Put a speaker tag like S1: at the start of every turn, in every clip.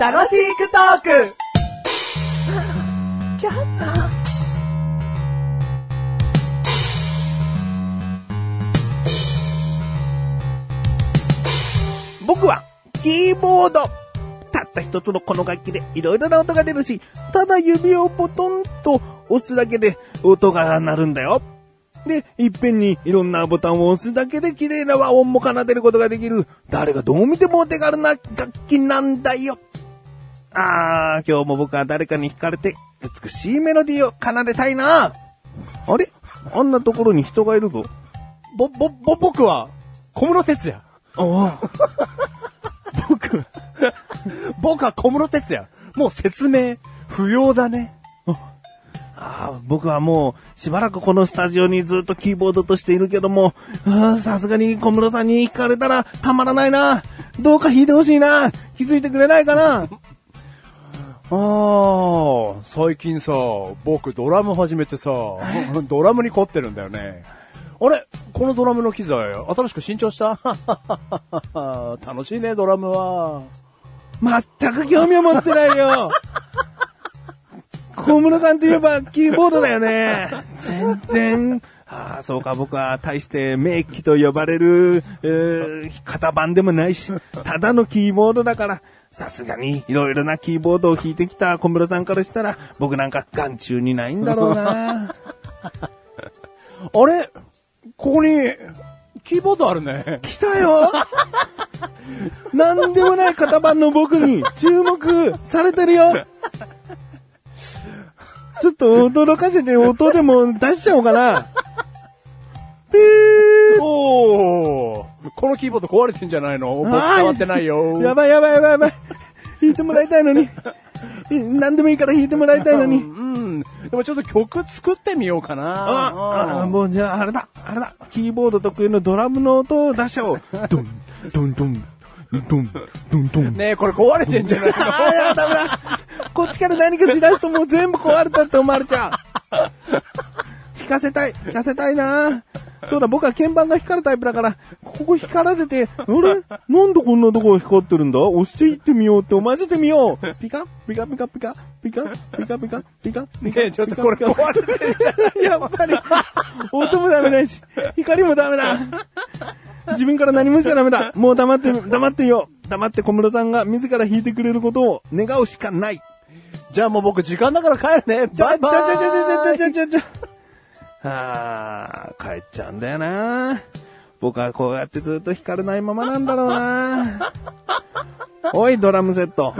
S1: 楽しくトーク
S2: 僕は、キーボードたった一つのこの楽器でいろいろな音が出るし、ただ指をポトンと押すだけで音が鳴るんだよ。で、いっぺんにいろんなボタンを押すだけで綺麗な和音も奏でることができる、誰がどう見てもお手軽な楽器なんだよ。あー、今日も僕は誰かに惹かれて美しいメロディーを奏でたいな。あれあんなところに人がいるぞ。
S3: ぼ、ぼ、ぼ、僕は、小室哲也。
S2: ああ、
S3: 僕は、僕は小室哲也。もう説明、不要だね。
S2: ああ、僕はもう、しばらくこのスタジオにずっとキーボードとしているけども、ああさすがに小室さんに惹かれたらたまらないな。どうか弾いてほしいな。気づいてくれないかな。
S3: ああ、最近さ、僕ドラム始めてさ、ドラムに凝ってるんだよね。あれこのドラムの機材、新しく新調した 楽しいね、ドラムは。
S2: 全く興味を持ってない よ。小室さんといえばキーボードだよね。全然。ああ、そうか、僕は大して名機と呼ばれる、えー、型番でもないし、ただのキーボードだから、さすがにいろいろなキーボードを弾いてきた小室さんからしたら、僕なんか眼中にないんだろうな。
S3: あれここに、キーボードあるね。
S2: 来たよなんでもない型番の僕に注目されてるよちょっと驚かせて音でも出しちゃおうかな。
S3: おおこのキーボード壊れてんじゃないの僕
S2: はい
S3: 触ってないよ。
S2: やばいやばいやばいやばい。弾いてもらいたいのに。何でもいいから弾いてもらいたいの
S3: う
S2: に。
S3: ん、うんでもちょっと曲作ってみようかな。
S2: ああ、
S3: うん
S2: もうじゃああれだ、あれだ。キーボード特有のドラムの音を出しちゃ おう。ドン、ドンドン、ドン、ドンドン。
S3: ねえ、これ壊れてんじゃない の
S2: ああ、やだ、ダメだ。こっちから何かしだすともう全部壊れたって思われちゃう。弾かせたい、弾かせたいなそうだ、僕は鍵盤が光るタイプだから、ここ光らせて、あれなんでこんなところ光ってるんだ押していってみようって思わせてみよう。ピカピカピカピカ、ピカピカピカ、ピカピカ。
S3: ねえ、ちょっとこれ壊れてんじゃない
S2: やっぱり、音もダメだし、光もダメだ。自分から何もしちゃダメだ。もう黙って、黙ってよ。黙って小室さんが自ら弾いてくれることを願うしかない。
S3: じゃあもう僕時間だから帰るね。バイバイ。
S2: ちゃちゃちゃちゃちゃちゃちゃちゃ。ああ、帰っちゃうんだよな。僕はこうやってずっと光れないままなんだろうな。おい、ドラムセット。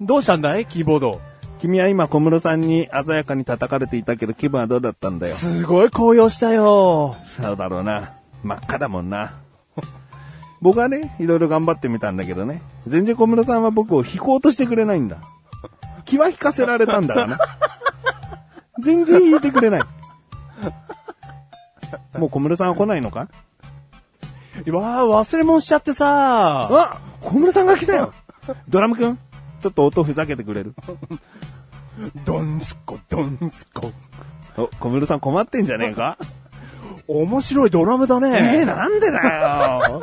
S3: どうしたんだいキーボード。
S2: 君は今小室さんに鮮やかに叩かれていたけど気分はどうだったんだよ。
S3: すごい高揚したよ。
S2: そうだろうな。真っ赤だもんな。 僕はね、いろいろ頑張ってみたんだけどね。全然小室さんは僕を引こうとしてくれないんだ。気は引かせられたんだがな。 全然引いてくれない。もう小室さんは来ないのか
S3: うわあ、忘れ物しちゃってさ。
S2: あ小室さんが来たよドラムくんちょっと音ふざけてくれる
S3: どんすこ、どんすこ。
S2: お、小室さん困ってんじゃねえか
S3: 面白いドラムだ
S2: ええ
S3: ね。
S2: なんでだよ。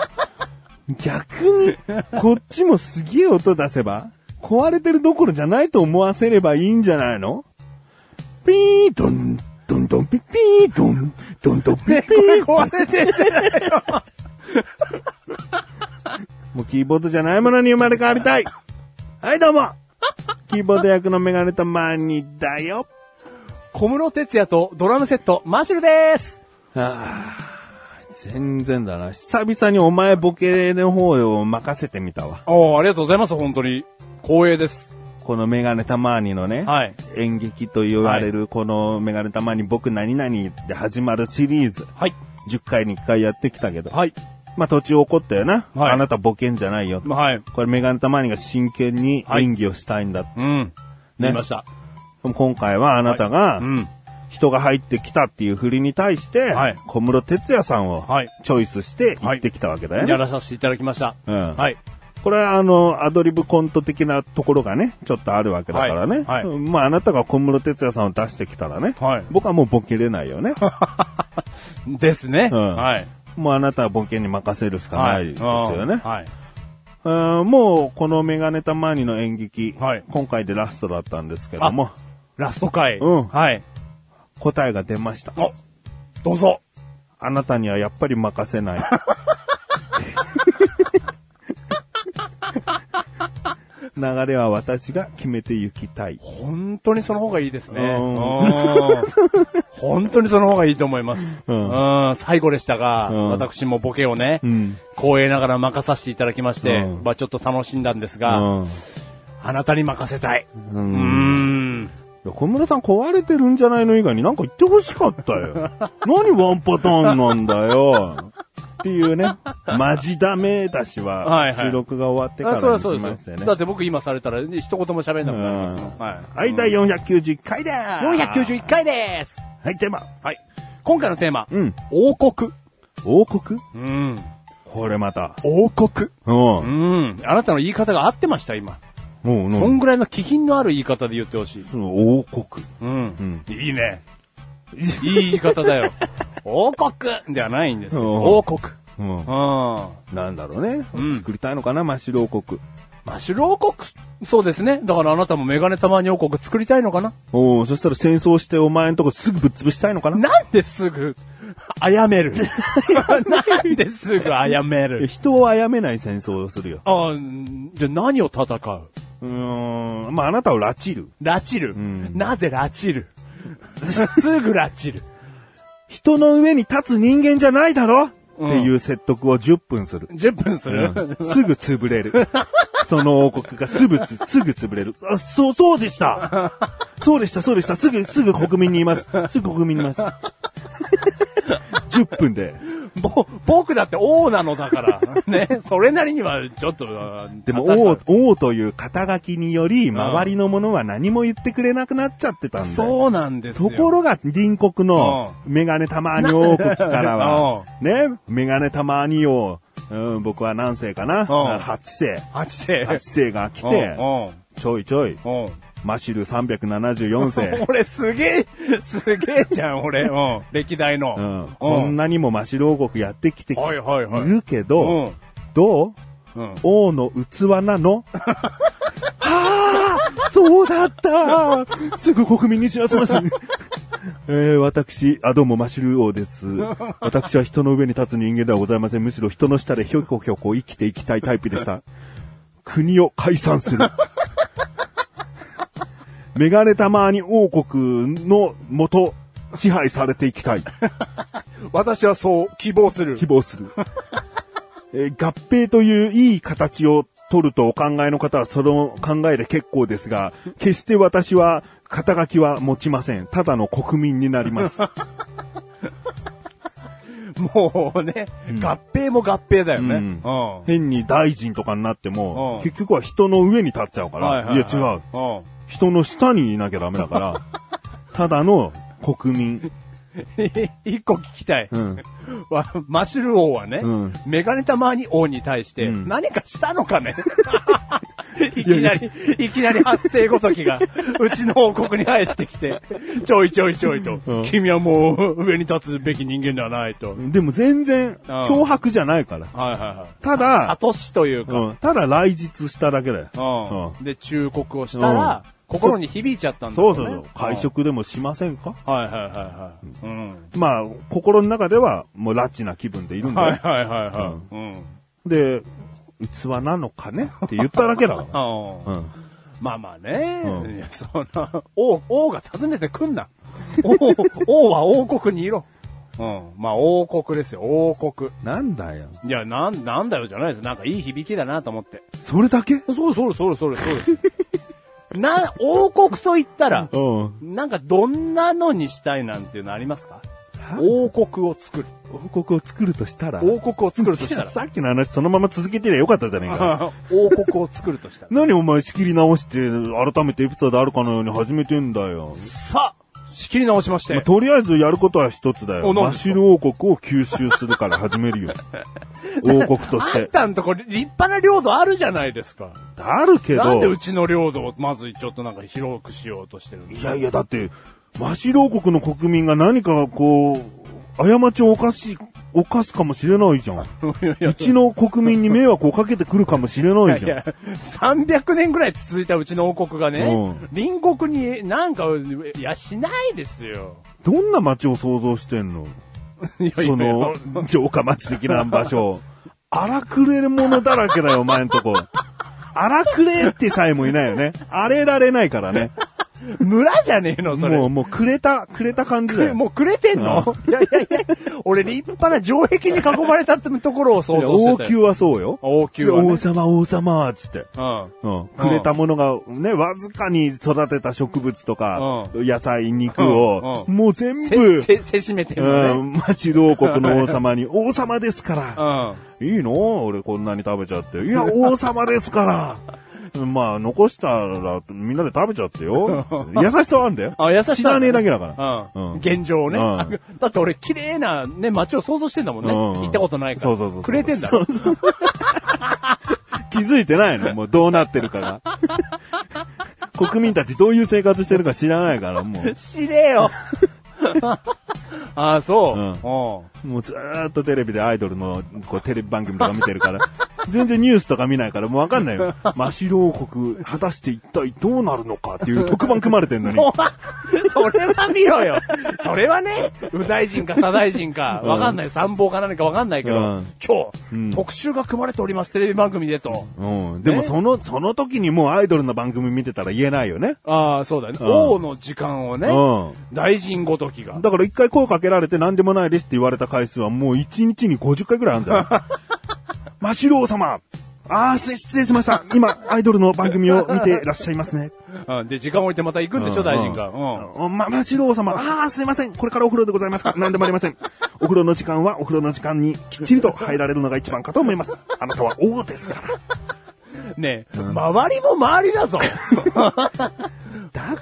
S2: 逆に、こっちもすげえ音出せば、壊れてるどころじゃないと思わせればいいんじゃないのピードン、ドンドンピッピードン、ドンドンピッピードン。
S3: 壊れてんじゃないの
S2: もうキーボードじゃないものに生まれ変わりたい。はい、どうも。キーボード役のメガネたまにだよ。
S3: 小室哲也とドラムセット、マシュルです。
S2: あー全然だな。久々にお前ボケの方を任せてみたわ。
S3: おー、ありがとうございます、本当に。光栄です。
S2: このメガネたまにのね。
S3: はい。
S2: 演劇と言われるこのメガネたまに僕何々で始まるシリーズ、
S3: はい。
S2: 10回に1回やってきたけど、
S3: はい。
S2: まあ途中怒ったよな。
S3: はい
S2: あなたボケんじゃないよ。
S3: はい。
S2: これメガネたまにが真剣に
S3: はい
S2: 演技をしたいんだ。
S3: うん。
S2: ね
S3: 見ました。
S2: 今回はあなたが
S3: うん。
S2: 人が入ってきたっていう振りに対して、
S3: はい
S2: 小室哲也さんを
S3: はい
S2: チョイスして行ってきたわけだよね。
S3: やらさせていただきました。
S2: うん
S3: はい。
S2: これはあの、アドリブコント的なところがね、ちょっとあるわけだからね。
S3: はいは
S2: まああなたが小室哲也さんを出してきたらね、
S3: はい
S2: 僕はもうボケれないよね。
S3: ですね。
S2: うん
S3: はい。
S2: もうあなたはボケに任せるしかないですよね。
S3: はい。
S2: あーもう、このメガネたまにの演劇、
S3: はい
S2: 今回でラストだったんですけども、
S3: ラスト回。
S2: うん
S3: はい。
S2: 答えが出ました。
S3: お、どうぞ。
S2: あなたにはやっぱり任せ ない。流れは私が決めて行きたい。
S3: 本当にその方がいいですね。
S2: うん
S3: うん本当にその方がいいと思います。
S2: うん
S3: うん最後でしたが、
S2: うん
S3: 私もボケをね、
S2: うん
S3: 光栄ながら任させていただきまして、
S2: うん
S3: まあちょっと楽しんだんですが、あなたに任せたい。
S2: う。
S3: うんん。
S2: 小村さん壊れてるんじゃないの以外になんか言って欲しかった よ。何ワンパターンなんだよ。っていうね、マジダメ出し
S3: はい
S2: は、
S3: はい
S2: 収録が終わってか
S3: あそう
S2: ら
S3: だ
S2: にし
S3: そうで
S2: まし
S3: す
S2: た
S3: よ
S2: よ
S3: だ
S2: ね。
S3: って僕今されたら、ね一言も喋れなくなりますもん。は
S2: はい、第491回でー
S3: い。
S2: す。
S3: 491回です。
S2: はい、テーマ。
S3: はい。今回のテーマ、
S2: うん
S3: 王国。
S2: 王国
S3: うん。
S2: これまた。
S3: 王国。
S2: うん。
S3: う
S2: も
S3: ん。あなたの言い方が合ってました、今。
S2: う、うん
S3: そんぐらいの気品のある言い方で言ってほしい。
S2: 王国。
S3: うん。いいね。いい言い方だよ。 王国ではないんですよ。
S2: うん
S3: 王国。
S2: うん
S3: う。ん。
S2: なんだろうね。
S3: うん
S2: 作りたいのかな、マシュ王国。
S3: マシュル王国、そうですね。だからあなたもメガネたまに王国作りたいのかな
S2: おおそしたら戦争してお前んとこすぐぶっ潰したいのかな
S3: なんですぐ、あや める。なんですぐあやめ
S2: え
S3: る。
S2: 人を殺めない戦争をするよ。
S3: あーじゃあ何を戦う
S2: うーん。まあ、あなたを拉致る。
S3: 拉致る。
S2: ん
S3: なぜ拉致るすぐ拉致る。
S2: 人の上に立つ人間じゃないだろ、
S3: うん
S2: っていう説得を10分する。
S3: 10分する、
S2: すぐ潰れ る。その王国がすぐつ、 すぐ潰れる。あ、そう、そうでした。そうでした、そうでした。すぐ、すぐ国民に言います。すぐ国民に言います。10分で。
S3: ぼ、僕だって王なのだから。ね。それなりには、ちょっと、
S2: でも
S3: 果たした
S2: 王、王という肩書きにより、周りの者は何も言ってくれなくなっちゃってたんだよ。
S3: そうなんですよ。
S2: ところが、隣国の、メガネたまーに王国からは、ね、メガネたまーに王、うん、僕は何世かな
S3: うん
S2: ?8 世。
S3: 八世。
S2: 8世が来て、
S3: う
S2: ちょいちょい、
S3: ん。うん。うん。
S2: マシル374世。
S3: 俺すげえ、すげえじゃん、俺。うん。歴代の。
S2: うん、こんなにもマシル王国やってきて
S3: はいはいはい。
S2: るけど、
S3: うん。
S2: どう
S3: うん。
S2: 王の器なの はあそうだったすぐ国民に知らせます。 えー、私、あ、どうも、マシュル王です。私は人の上に立つ人間ではございません。むしろ人の下でひょこひょこ生きていきたいタイプでした。国を解散する。 メガネたまに王国のもと、支配されていきたい。
S3: 私はそう、希望する
S2: 希。望する。 えー合併といういい形を取るとお考えの方はその考えで結構です が、決して私は肩書きは持ちません。ただの国民になり ます。
S3: もうね、合併も合併だよね。
S2: う
S3: うんん。
S2: 変に大臣とかになっても
S3: う、ん
S2: 結局は人の上に立っちゃうから、
S3: はいいはいはい。
S2: や違う。人の下にいなきゃダメだ から、ただの国民。
S3: うん。 一個聞きたい。
S2: うん。
S3: わマシュル王はね、
S2: うん
S3: メガネたまに王に対して
S2: うん
S3: 何かした のかね、いきなり、いきなり発生ごときが、うちの王国に入ってきて、ちょいちょいちょいと、
S2: うん
S3: 君はもう上に立つべき人間ではないと。
S2: でも全然、脅迫じゃないから。
S3: はいはいはい。
S2: た
S3: サ
S2: だ、
S3: トシというか、
S2: うん、ただ来日しただけだよ。
S3: うん
S2: う
S3: で、忠告をしたら、心に響いちゃったんだ
S2: そ
S3: よ
S2: う
S3: ね。
S2: そうそう。会食でもしませんか
S3: うん。はいはいはいはい。うん。
S2: まあ、心の中では、もうラッチな気分でいるんだよ。
S3: はいはいはいはい。うん。
S2: で、器なのかねって言っただけだ から。
S3: ああ
S2: うん。
S3: まあまあね。
S2: うん
S3: いや、そんな、王、王が訪ねてくん な。王、王は王国にいろ。うん。まあ、王国ですよ、王国。
S2: なんだよ。
S3: いや、なん、なんだよじゃないです。なんかいい響きだなと思って。
S2: それだけ
S3: そうそうそうそうそうです。 な、王国と言ったら、
S2: うん。
S3: なんかどんなのにしたいなんていうのありますか王国を作る。
S2: 王国を作るとしたら。
S3: 王国を作るとしたら。
S2: さっきの話そのまま続けてりゃよかったじゃねえか。
S3: 王国を作るとしたら。
S2: 何お前仕切り直して、改めてエピソードあるかのように始めてんだよ。
S3: さあ、仕切り直しまして。
S2: まあとりあえずやることは一つだよ。
S3: お
S2: マ
S3: 何
S2: ッシュル王国を吸収するから始め るよ。王国とし
S3: あん
S2: て。
S3: たんとこ立派な領土あるじゃないですか。
S2: あるけど。
S3: なんでうちの領土をまずちょっとなんか広くしようとしてるんで
S2: い
S3: す
S2: やいや、だって、マシロ王国の国民が何かこう、過ちを犯し犯すかもしれない じゃん。うちの国民に迷惑をかけてくるかもしれない
S3: い
S2: じゃん
S3: や、。300年ぐらい続いたうちの王国がね、
S2: うん
S3: 隣国になんか、いや、しないですよ。
S2: どんな街を想像してんの
S3: いやいやいや
S2: その、城下町的な場所。 荒くれるものだらけだよ、お前んとこ。荒くれってさえもいないよね。荒れられないからね。
S3: 村じゃねえ の、それ。
S2: もう、
S3: も
S2: もう、くれた、くれた感じだ
S3: う
S2: よ。
S3: くれてんの、いやいやいや、俺立派な城壁に囲まれたってところを想像して
S2: 王
S3: た
S2: 宮
S3: よ。
S2: はそうよ。
S3: 王宮はね
S2: 王様、王様、つって。
S3: うん。
S2: うん、くれたものがね、わずかに育てた植物とか、野菜、肉を、
S3: う
S2: もう全部、
S3: せ、せ、せしめてる
S2: う
S3: のね。
S2: ん、マシル王国の王様に、 王様ですから、
S3: うん。
S2: いいの俺こんなに食べちゃって。 いや、王様ですから。まあ、残したら、みんなで食べちゃって よ。優しさはあんだよ。
S3: あ優しさは
S2: 知らねえだけだから。
S3: う
S2: うん
S3: ん。現状をね。
S2: うん
S3: あだって俺、綺麗なね、街を想像してんだもんね。
S2: うん
S3: 行ったことないから。
S2: そうそうそう
S3: くれてんだ
S2: そ
S3: ろ
S2: う。そう気づいてないのもうどうなってるか が。国民たちどういう生活してるか知らないから、もう。
S3: 知れよ。ああ、そう。
S2: うん
S3: うん。
S2: もうずーっとテレビでアイドルのこうテレビ番組とか見てるから、 全然ニュースとか見ないからもうわかんないよ。マシロ王国、果たして一体どうなるのかっていう特番組まれてん のに。
S3: お前それは見ろよ。それはね、右大臣か左大臣か、わかんない、参謀か何かわかんないけど、
S2: うん
S3: 今
S2: う
S3: 日、
S2: ん
S3: 特集が組まれております、テレビ番組でと。
S2: うん。でも
S3: ね
S2: その、その時にもうアイドルの番組見てたら言えないよね。
S3: ああ、そうだね。
S2: うん
S3: 王の時間をね、
S2: う
S3: 大臣ごときが
S2: ん。。だから一回声かけられて何でもないですって言われた回数はもう一日に50回ぐらいあるんじゃないマシロ王様ああ、す失礼しました。今、アイドルの番組を見てらっしゃいますね。
S3: うん、で、時間置いてまた行くんでしょ、大臣が。
S2: う
S3: うん。
S2: ん。ま、ましろう様。ああ、すいません。これからお風呂でございます か。何でもありません。お風呂の時間はお風呂の時間にきっちりと入られるのが一番かと思います。あなたは王ですから。
S3: ねえ、周りも周り だぞ。
S2: だ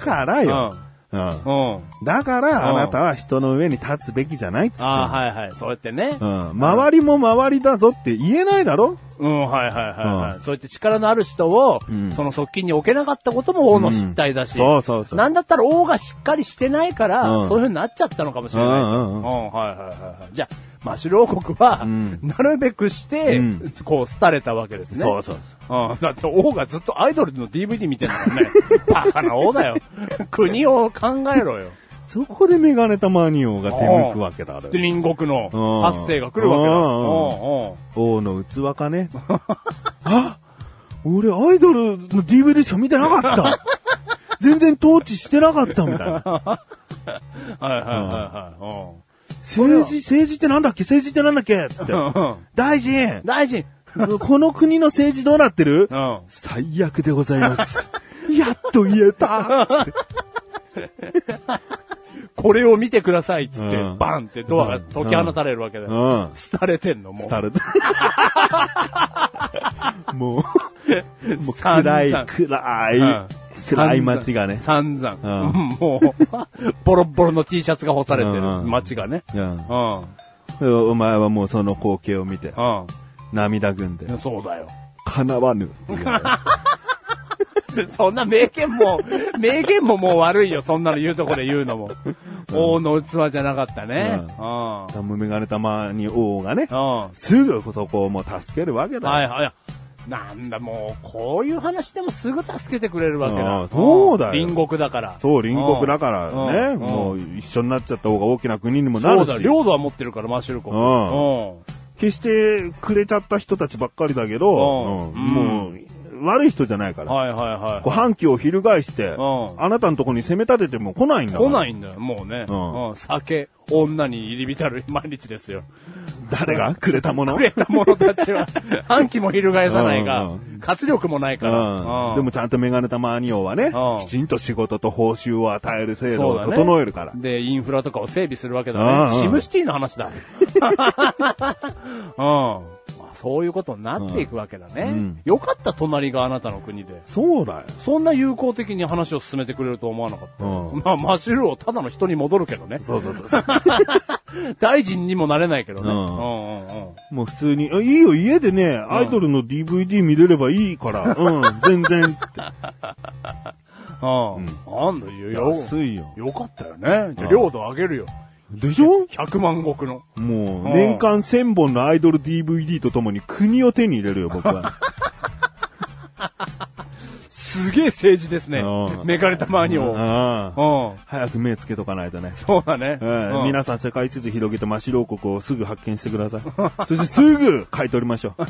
S2: からよ。うん。
S3: うん。あ
S2: だから、あ
S3: うん
S2: なたは人の上に立つべきじゃないっつって。
S3: あ、はいはい。そうやってね。
S2: うん。周りも周りだぞって言えないだろ
S3: うん、はいはいはい、はい
S2: うん
S3: そうやって力のある人を、
S2: うん
S3: その側近に置けなかったことも王の失態だし、
S2: うんそうそうそう
S3: なんだったら王がしっかりしてないから、
S2: うん
S3: そういう風になっちゃったのかもしれない。
S2: うんうんうん
S3: はいはいはいはい。じゃあ、マシュル王国は、
S2: うん
S3: なるべくして、
S2: うん
S3: こう、廃れたわけですね。
S2: そうそう
S3: うん。だって王がずっとアイドルの DVD 見てるから ね。バカな王だよ。国を考えろよ。
S2: そこでメガネたマニオが手向くわけだあ
S3: で、
S2: れ。
S3: 隣国の
S2: うん
S3: 発生が来るわけ
S2: う
S3: だ。うんんうん。
S2: 王の器か ね。あ俺アイドルの DVD しか見てなかった。全然統治してなかったみたいな。
S3: はいはいはいはい。うん
S2: 政治、政治ってなんだっけ政治ってなんだっけ つって。
S3: うんうん。
S2: 大臣
S3: 大臣
S2: この国の政治どうなってる
S3: うん。
S2: 最悪でございます。 やっと言えたつって
S3: これを見てくださいっつって、
S2: うん
S3: バンってドアが解き放たれるわけだ
S2: う
S3: よ。
S2: ん。
S3: 廃れてんの、もう。
S2: された。もう、もう 暗い、
S3: 散々
S2: 暗い、
S3: うん
S2: 暗い街がね。
S3: 散々。
S2: う
S3: うん もう、ボロッボロの T シャツが干されてる
S2: うんうん
S3: 街がね。
S2: うん
S3: うん。
S2: お前はもうその光景を見て、
S3: う
S2: 涙ぐんで、
S3: ん。そうだよ。
S2: 叶わぬっていう ね。
S3: そんな名言も、 名言ももう悪いよ、そんなの言うとこで言うのも。王の器じゃなかった
S2: う
S3: ね。うん。
S2: ダムメガネ玉に王がね
S3: う、ん。
S2: すぐそこをもう助けるわけだよ。
S3: はいはい。なんだもう、こういう話でもすぐ助けてくれるわけ
S2: う
S3: だ
S2: ん。そうだよ
S3: 隣国だから。
S2: そう、隣国だ
S3: か
S2: からね、
S3: うん
S2: もう一緒になっちゃった方が大きな国にもな
S3: そ
S2: る
S3: うだ、
S2: し、
S3: 領土は持ってるから、マッシュルコ。
S2: うん
S3: うん。
S2: 決してくれちゃった人たちばっかりだけど、
S3: うん
S2: うんもう悪い人じゃないから、
S3: はいはいはい。
S2: こう反旗を翻して、
S3: ん
S2: あなたのとこに攻め立てても来ないんだから
S3: 来ないんだよ、もうね。
S2: うん
S3: うん。酒、女に入り浸る毎日ですよ。
S2: 誰がくれたもの
S3: くれた者た ちは、反旗も翻さないが
S2: う、
S3: 活力もないから。
S2: うんでもちゃんとメガネ玉兄王はね、
S3: う
S2: き
S3: ん
S2: ちんと仕事と報酬を与える制度
S3: そう
S2: を
S3: だね
S2: 整えるから。
S3: で、インフラとかを整備するわけ
S2: うんう
S3: だ
S2: ん
S3: ね。シムシティの話だ。 うん。まあそういうことになっていくわけだ
S2: う
S3: ね
S2: ん。
S3: よかった、隣があなたの国で。
S2: そうだよ。
S3: そんな友好的に話を進めてくれると思わなかった。
S2: うん
S3: まあ、マシュルをただの人に戻るけどね。
S2: そうそう そう。
S3: 大臣にもなれないけどね。
S2: う
S3: うんんうんうん。
S2: もう普通に、あいいよ、家でね、アイドルの DVD 見れればいい から、うん、全然っつって。
S3: うん。なんだよ、よ、
S2: 安いよ。
S3: よかったよね。じ
S2: うん
S3: ゃあ領土上げるよ。
S2: でしょ
S3: ?100 万石の。
S2: もう、年間1000本のアイドル DVD とともに国を手に入れるよ、僕は。
S3: すげえ政治ですね
S2: う。ん
S3: めかれたマニオ。うん。
S2: ああ
S3: そ
S2: 早く目つけとかないとね。
S3: うだね。
S2: ええ
S3: うん
S2: 皆さん世界地図広げて真白王国をすぐ発見してください。そしてすぐ買い取りましょう。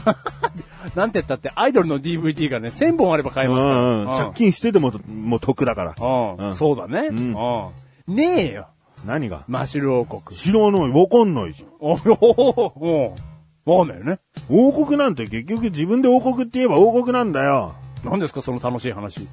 S3: なんて言ったって、アイドルの DVD がね、1000本あれば買え
S2: う
S3: ますから。
S2: んうん、借金してでも、もう得だから。
S3: うん
S2: うん
S3: そうだね。
S2: うん
S3: うんねえよ。
S2: 何が
S3: マシュル王国。
S2: 知らない、わかんないじゃん。
S3: おおおわかんないよね。
S2: 王国なんて結局自分で王国って言えば王国なんだよ。
S3: 何ですか、その楽しい話。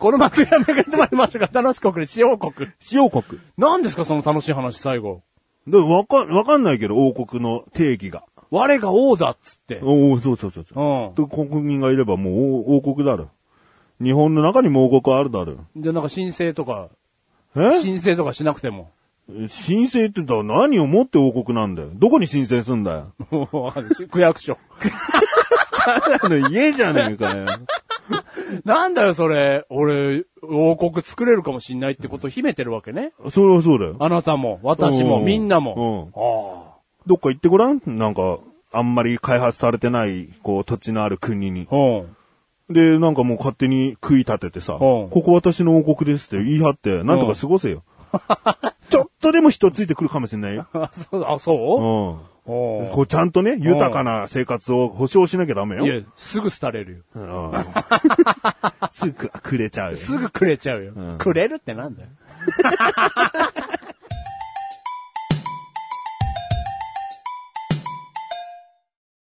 S3: この幕やめが止まりましょうが、楽しく国、使用国。
S2: 使用国。
S3: 何ですか、その楽しい話、最後。
S2: で、わか、わかんないけど、王国の定義が。
S3: 我が王だっつって。
S2: おおそうそうそうそう。
S3: う
S2: と
S3: ん。
S2: 国民がいればもう王王国だろ。日本の中にも王国あるだろ。
S3: じゃあなんか申請とか、
S2: え
S3: 申請とかしなくても。
S2: 申請って言ったら何をもって王国なんだよ。どこに申請すんだよ。
S3: もうわかんない区役所。
S2: あの家じゃねえかよ。
S3: なんだよ、それ。俺、王国作れるかもしんないってことを秘めてるわけね。
S2: それはそうだよ。
S3: あなたも、私
S2: う
S3: も、
S2: ん
S3: みんなも。
S2: どっか行ってごらんなんか、あんまり開発されてない、こう、土地のある国に。
S3: うん。うん。
S2: で、なんかもう勝手に食い立ててさ、ここ私の王国ですって言い張って、なんとか過ごせよ。 ちょっとでも人ついてくるかもしれないよ。
S3: あ、そうあ、そ
S2: う
S3: う
S2: ん。
S3: おう
S2: こうちゃんとね、豊かな生活を保障しなきゃダメよ。
S3: いや、すぐ廃れるよ。
S2: うんすぐくれちゃうよ。
S3: すぐくれちゃうよ。
S2: うん
S3: くれるってなんだよ。